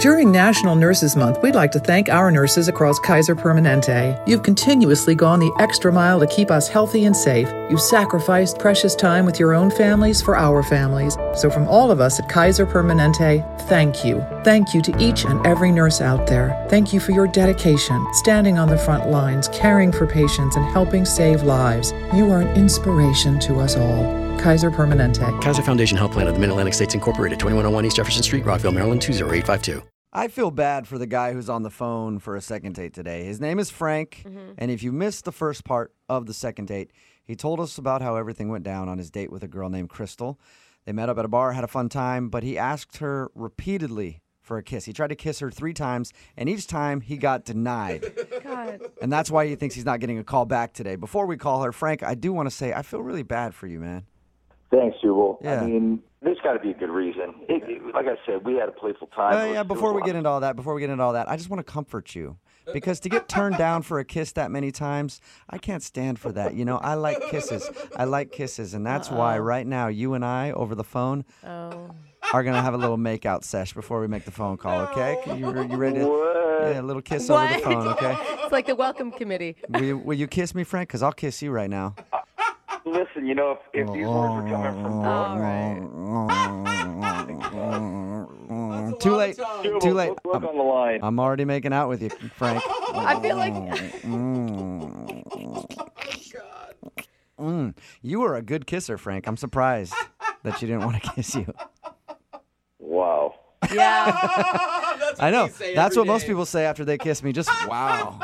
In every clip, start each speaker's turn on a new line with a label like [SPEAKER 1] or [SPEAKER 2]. [SPEAKER 1] During National Nurses Month, we'd like to thank our nurses across Kaiser Permanente. You've continuously gone the extra mile to keep us healthy and safe. You've sacrificed precious time with your own families for our families. So, from all of us at Kaiser Permanente, thank you. Thank you to each and every nurse out there. Thank you for your dedication, standing on the front lines, caring for patients, and helping save lives. You are an inspiration to us all. Kaiser Permanente.
[SPEAKER 2] Kaiser Foundation Health Plan of the Mid Atlantic States Incorporated, 2101 East Jefferson Street, Rockville, Maryland, 20852.
[SPEAKER 3] I feel bad for the guy who's on the phone for a second date today. His name is Frank, and if you missed the first part of the second date, he told us about how everything went down on his date with a girl named Crystal. They met up at a bar, had a fun time, but he asked her repeatedly for a kiss. He tried to kiss her 3 times, and each time he got denied.
[SPEAKER 4] God.
[SPEAKER 3] and that's why he thinks he's not getting a call back today. Before we call her, Frank, I do want to say I feel really bad for you, man.
[SPEAKER 5] Thanks, Jubal.
[SPEAKER 3] Yeah.
[SPEAKER 5] I mean, there's got to be a good reason. It, it- like I said, we had a playful time.
[SPEAKER 3] Uh,
[SPEAKER 5] It was-
[SPEAKER 3] yeah,
[SPEAKER 5] it was
[SPEAKER 3] before we
[SPEAKER 5] a
[SPEAKER 3] get
[SPEAKER 5] lot
[SPEAKER 3] into all that, before we get into all that, I just want to comfort you. Because to get turned down for a kiss that many times, I can't stand for that. You know, I like kisses. I like kisses. And that's why right now you and I over the phone
[SPEAKER 4] Oh.
[SPEAKER 3] are going to have a little makeout sesh before we make the phone call, okay? You, you ready? To,
[SPEAKER 5] What?
[SPEAKER 3] Yeah, a little kiss over the phone, okay?
[SPEAKER 4] it's like the welcome committee.
[SPEAKER 3] Will you, will you kiss me, Frank? Because I'll kiss you right now.
[SPEAKER 5] Listen, you know, if, if these
[SPEAKER 3] Oh,
[SPEAKER 5] words were coming from
[SPEAKER 4] All right.
[SPEAKER 3] Too late.
[SPEAKER 5] Jubal,
[SPEAKER 3] Too late. Um, uh,
[SPEAKER 5] look- look on the line.
[SPEAKER 3] I'm already making out with you, Frank.
[SPEAKER 4] I feel like
[SPEAKER 3] You were a good kisser, Frank. I'm surprised that you didn't want to kiss you.
[SPEAKER 5] wow.
[SPEAKER 4] yeah.
[SPEAKER 3] I know. That's what most people say after they kiss me. Just wow.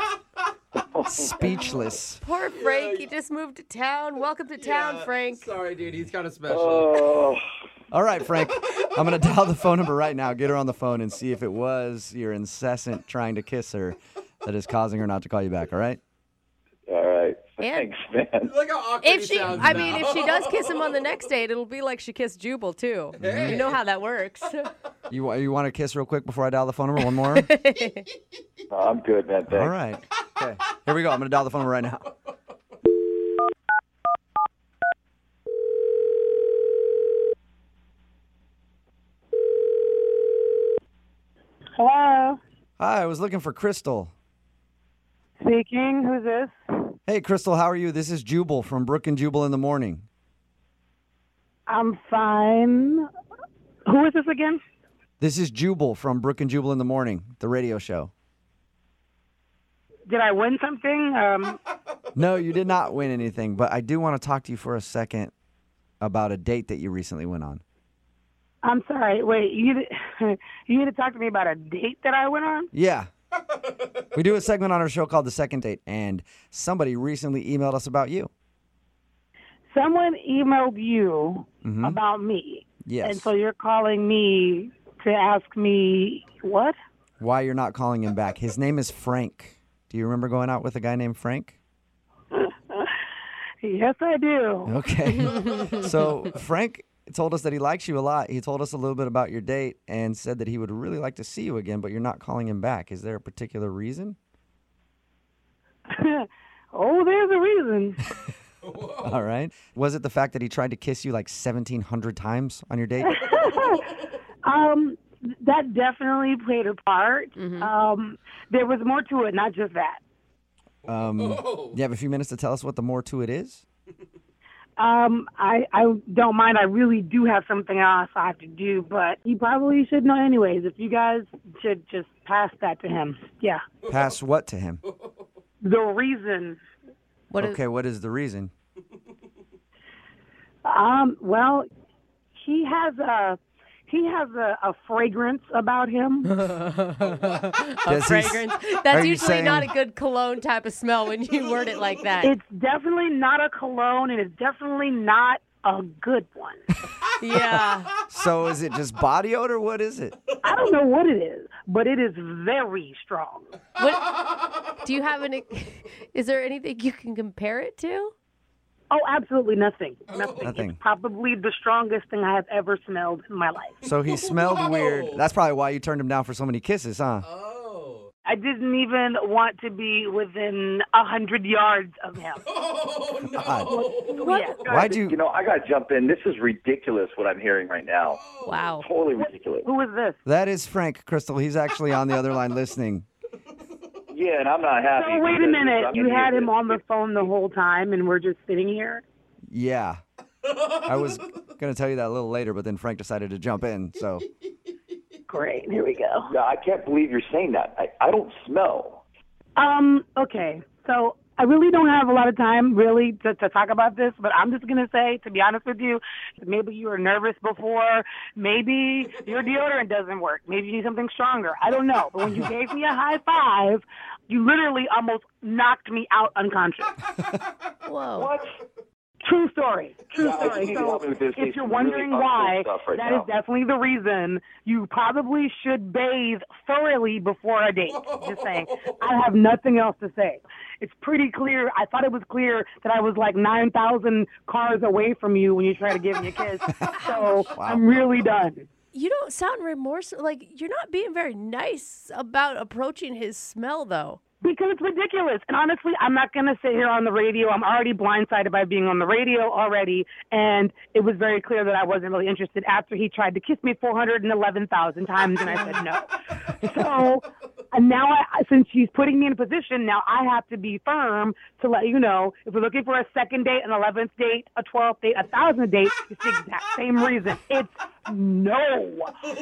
[SPEAKER 3] Speechless.
[SPEAKER 4] Poor Frank, he just moved to town. Welcome to town, Frank.
[SPEAKER 6] Sorry, dude. He's kind of special.
[SPEAKER 5] Oh,
[SPEAKER 3] All right, Frank. I'm going to dial the phone number right now, get her on the phone, and see if it was your incessant trying to kiss her that is causing her not to call you back. All right?
[SPEAKER 5] all right.
[SPEAKER 4] And-
[SPEAKER 5] Thanks, man.
[SPEAKER 6] Look how awkward
[SPEAKER 4] If
[SPEAKER 6] he
[SPEAKER 4] she,
[SPEAKER 6] sounds
[SPEAKER 4] I
[SPEAKER 6] now.
[SPEAKER 4] mean, if she does kiss him on the next date, it'll be like she kissed Jubal too. You know how that works.
[SPEAKER 3] You, wa- you want to kiss real quick before I dial the phone number? One more?
[SPEAKER 5] No, I'm good, man. Thanks.
[SPEAKER 3] All right. Okay. Here we go. I'm going to dial the phone right now.
[SPEAKER 7] Hello.
[SPEAKER 3] Hi, I was looking for Crystal.
[SPEAKER 7] Speaking. Who's this?
[SPEAKER 3] Hey, Crystal, how are you? This is Jubal from Brook and Jubal in the Morning.
[SPEAKER 7] I'm fine. Who is this again?
[SPEAKER 3] This is Jubal from Brook and Jubal in the Morning, the radio show.
[SPEAKER 7] Did I win something? Um,
[SPEAKER 3] No, you did not win anything, but I do want to talk to you for a second about a date that you recently went on.
[SPEAKER 7] I'm sorry. Wait, you you need to talk to me about a date that I went on?
[SPEAKER 3] Yeah. we do a segment on our show called The Second Date, and somebody recently emailed us about you.
[SPEAKER 7] Someone emailed you about me,
[SPEAKER 3] Yes.
[SPEAKER 7] and so you're calling me to ask me what?
[SPEAKER 3] Why you're not calling him back. His name is Frank. Do you remember going out with a guy named Frank?
[SPEAKER 7] Yes, I do.
[SPEAKER 3] Okay. so Frank told us that he likes you a lot. He told us a little bit about your date and said that he would really like to see you again, but you're not calling him back. Is there a particular reason?
[SPEAKER 7] Oh, there's a reason.
[SPEAKER 3] All right. Was it the fact that he tried to kiss you like 1700 times on your date?
[SPEAKER 7] Um, that definitely played a part. Um, there was more to it, not just that.
[SPEAKER 3] Um, you have a few minutes to tell us what the more to it is?
[SPEAKER 7] Um, I, I don't mind. I really do have something else I have to do, but you probably should know anyways. If you guys should just pass that to him. Yeah.
[SPEAKER 3] Pass what to him?
[SPEAKER 7] The reason.
[SPEAKER 4] What is-
[SPEAKER 3] Okay, what is the reason?
[SPEAKER 7] Um, well, he has a he has a, a fragrance about him.
[SPEAKER 3] Does he s-
[SPEAKER 4] fragrance.
[SPEAKER 3] Are
[SPEAKER 4] That's
[SPEAKER 3] you
[SPEAKER 4] usually not a
[SPEAKER 3] saying-
[SPEAKER 4] good cologne type of smell when you word it like that.
[SPEAKER 7] it's definitely not a cologne, and it's definitely not a good one.
[SPEAKER 4] yeah.
[SPEAKER 3] so is it just body odor? What is it?
[SPEAKER 7] I don't know what it is, but it is very strong.
[SPEAKER 4] What, do you have any? Is there anything you can compare it to?
[SPEAKER 7] Oh, absolutely nothing. Nothing.
[SPEAKER 3] Nothing.
[SPEAKER 7] It's probably the strongest thing I have ever smelled in my life.
[SPEAKER 3] So he smelled weird. That's probably why you turned him down for so many kisses, huh?
[SPEAKER 6] oh.
[SPEAKER 7] I didn't even want to be within a hundred yards of him. Yeah.
[SPEAKER 3] Why'd you?
[SPEAKER 5] You know, I got to jump in. This is ridiculous what I'm hearing right now.
[SPEAKER 4] Wow.
[SPEAKER 5] Totally ridiculous.
[SPEAKER 7] Who is this?
[SPEAKER 3] That is Frank Crystal. He's actually on the other line listening.
[SPEAKER 5] Yeah, and I'm not happy.
[SPEAKER 7] So wait a
[SPEAKER 5] because I'm
[SPEAKER 7] minute. You
[SPEAKER 5] gonna
[SPEAKER 7] had
[SPEAKER 5] hear
[SPEAKER 7] him
[SPEAKER 5] this.
[SPEAKER 7] on the phone the whole time, and we're just sitting here.
[SPEAKER 3] Yeah. I was going to tell you that a little later, but then Frank decided to jump in. So
[SPEAKER 7] Great. Here we go.
[SPEAKER 5] No, I can't believe you're saying that. I, I don't smell.
[SPEAKER 7] Um. Okay. So I really don't have a lot of time, really, to, to talk about this. But I'm just gonna say, to be honest with you, maybe you were nervous before. Maybe your deodorant doesn't work. Maybe you need something stronger. I don't know. But when you gave me a high five, you literally almost knocked me out unconscious.
[SPEAKER 4] Whoa.
[SPEAKER 7] True story. True
[SPEAKER 5] Yeah, I
[SPEAKER 7] story.
[SPEAKER 5] think you
[SPEAKER 7] So
[SPEAKER 5] helped me with this.
[SPEAKER 7] if
[SPEAKER 5] It's
[SPEAKER 7] you're
[SPEAKER 5] really
[SPEAKER 7] wondering
[SPEAKER 5] unclear
[SPEAKER 7] why, that
[SPEAKER 5] stuff
[SPEAKER 7] is
[SPEAKER 5] right now.
[SPEAKER 7] definitely the reason. You probably should bathe thoroughly before a date. Just saying. I have nothing else to say. It's pretty clear. I thought it was clear that I was like 9,000 cars away from you when you tried to give me a kiss. So I'm really done.
[SPEAKER 4] You don't sound remorseful. Like, you're not being very nice about approaching his smell, though.
[SPEAKER 7] Because it's ridiculous. And honestly, I'm not going to sit here on the radio. I'm already blindsided by being on the radio already. And it was very clear that I wasn't really interested after he tried to kiss me 411,000 times and I said no. So and now, I, since she's putting me in a position, now I have to be firm to let you know if we're looking for a second date, an 11th date, a 12th date, a 1,000th date, it's the exact same reason. It's no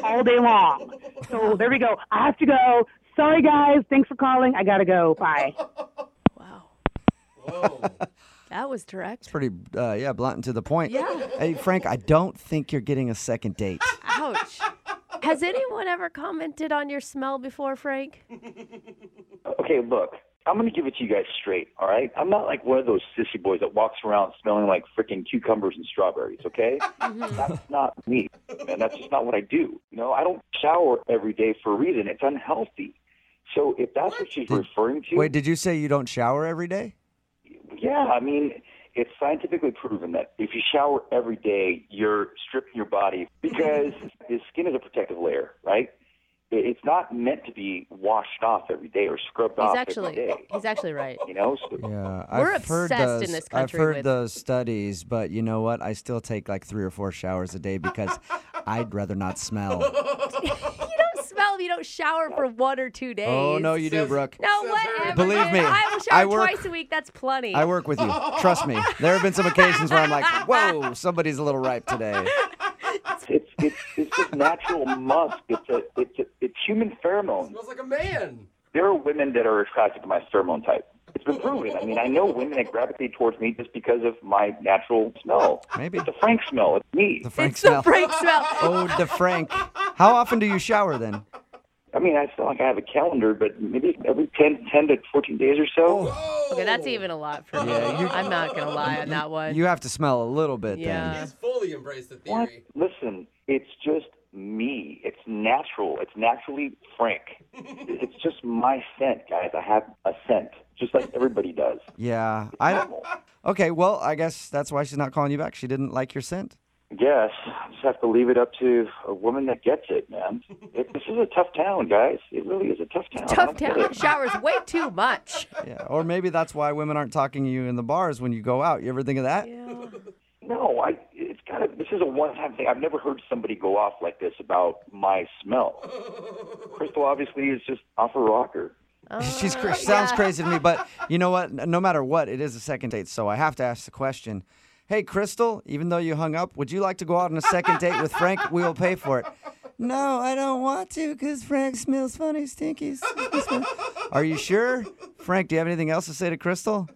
[SPEAKER 7] all day long. So there we go. I have to go. Sorry, guys. Thanks for calling. I got to go. Bye.
[SPEAKER 4] Wow. that was direct.
[SPEAKER 3] pretty, uh, yeah, blunt and to the point.
[SPEAKER 4] Yeah.
[SPEAKER 3] Hey, Frank, I don't think you're getting a second date.
[SPEAKER 4] Ouch. Has anyone ever commented on your smell before, Frank?
[SPEAKER 5] Okay, look, I'm going to give it to you guys straight, all right? I'm not like one of those sissy boys that walks around smelling like freaking cucumbers and strawberries, okay? That's not me, man. That's just not what I do. You know, I don't shower every day for a reason. It's unhealthy. So if that's what she's referring to,
[SPEAKER 3] Wait, did you say you don't shower every day?
[SPEAKER 5] yeah, I mean, it's scientifically proven that if you shower every day, you're stripping your body because the skin is a protective layer, right? It- It's not meant to be washed off every day or scrubbed
[SPEAKER 4] He's
[SPEAKER 5] off every
[SPEAKER 4] actually
[SPEAKER 5] day.
[SPEAKER 4] he's actually right.
[SPEAKER 5] You know, so
[SPEAKER 3] Yeah,
[SPEAKER 4] We're
[SPEAKER 3] Uh, I've heard
[SPEAKER 4] obsessed in
[SPEAKER 3] those,
[SPEAKER 4] this
[SPEAKER 3] I've
[SPEAKER 4] country
[SPEAKER 3] heard
[SPEAKER 4] with-
[SPEAKER 3] those studies, but you know what? I still take like three or four showers a day because I'd rather not smell.
[SPEAKER 4] You don't smell. You don't shower for one or two days.
[SPEAKER 3] Oh no, you do, Brooke.
[SPEAKER 4] No, whatever.
[SPEAKER 3] Believe
[SPEAKER 4] dude.
[SPEAKER 3] me,
[SPEAKER 4] I will shower
[SPEAKER 3] I work-
[SPEAKER 4] twice a week. That's plenty.
[SPEAKER 3] I work with you. Trust me. There have been some occasions where I'm like, "Whoa, somebody's a little ripe today."
[SPEAKER 5] it's it's it's just natural musk. It's a it's a, it's human pheromone.
[SPEAKER 6] Smells like a man.
[SPEAKER 5] There are women that are attracted to my pheromone type. It's been proven. I mean, I know women that gravitate towards me just because of my natural smell.
[SPEAKER 3] Maybe.
[SPEAKER 5] it's a Frank smell. It's me.
[SPEAKER 3] The Frank
[SPEAKER 4] it's
[SPEAKER 3] smell.
[SPEAKER 4] the Frank smell.
[SPEAKER 3] Oh, the Frank. How often do you shower then?
[SPEAKER 5] I mean, I feel like I have a calendar, but maybe every 10, 10 to fourteen days or so.
[SPEAKER 4] Okay, that's even a lot for me.
[SPEAKER 3] Yeah, you-
[SPEAKER 4] I'm not gonna lie on that one.
[SPEAKER 3] You have to smell a little bit
[SPEAKER 4] yeah.
[SPEAKER 6] He's fully embraced the
[SPEAKER 5] What?
[SPEAKER 6] theory.
[SPEAKER 5] Listen, it's just me. It's natural. It's naturally Frank. it's just my scent, guys. I have a scent, just like everybody does.
[SPEAKER 3] then. Yeah. I don't.
[SPEAKER 5] Normal.
[SPEAKER 3] Okay, well, I guess that's why she's not calling you back. She didn't like your scent.
[SPEAKER 5] guess I just have to leave it up to a woman that gets it, man. It, this is a tough town, guys. It really is a tough town. I
[SPEAKER 4] Tough
[SPEAKER 5] don't get
[SPEAKER 4] town
[SPEAKER 5] it.
[SPEAKER 4] showers way too much.
[SPEAKER 3] Yeah. Or maybe that's why women aren't talking to you in the bars when you go out. You ever think of that?
[SPEAKER 4] Yeah.
[SPEAKER 5] No, I. It's kind of. This is a one-time thing. I've never heard somebody go off like this about my smell. Crystal obviously is just off a rocker.
[SPEAKER 3] She's cra- she sounds crazy to me, but you know what? N- No matter what, it is a second date, so I have to ask the question. Hey, Crystal, even though you hung up, would you like to go out on a second date with Frank? We will pay for it. No, I don't want to because Frank smells funny, stinky. stinky smell." Are you sure? Frank, do you have anything else to say to Crystal?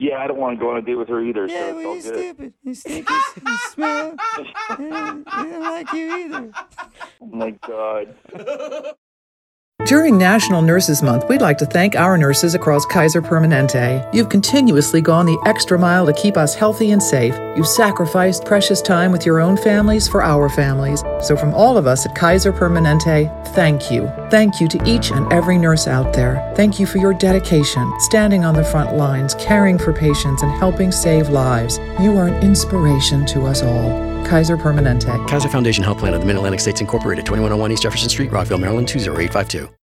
[SPEAKER 5] Yeah, I don't want to go on a date with her either. so
[SPEAKER 3] well,
[SPEAKER 5] it's all good.
[SPEAKER 3] You stinky. You smell. I don't I don't like you either.
[SPEAKER 5] Oh my God.
[SPEAKER 1] During National Nurses Month, we'd like to thank our nurses across Kaiser Permanente. You've continuously gone the extra mile to keep us healthy and safe. You've sacrificed precious time with your own families for our families. So, from all of us at Kaiser Permanente, thank you. Thank you to each and every nurse out there. Thank you for your dedication, standing on the front lines, caring for patients, and helping save lives. You are an inspiration to us all. Kaiser Permanente.
[SPEAKER 2] oh Kaiser Foundation Health Plan of the Mid Atlantic States Incorporated, 2101 East Jefferson Street, Rockville, Maryland 20852.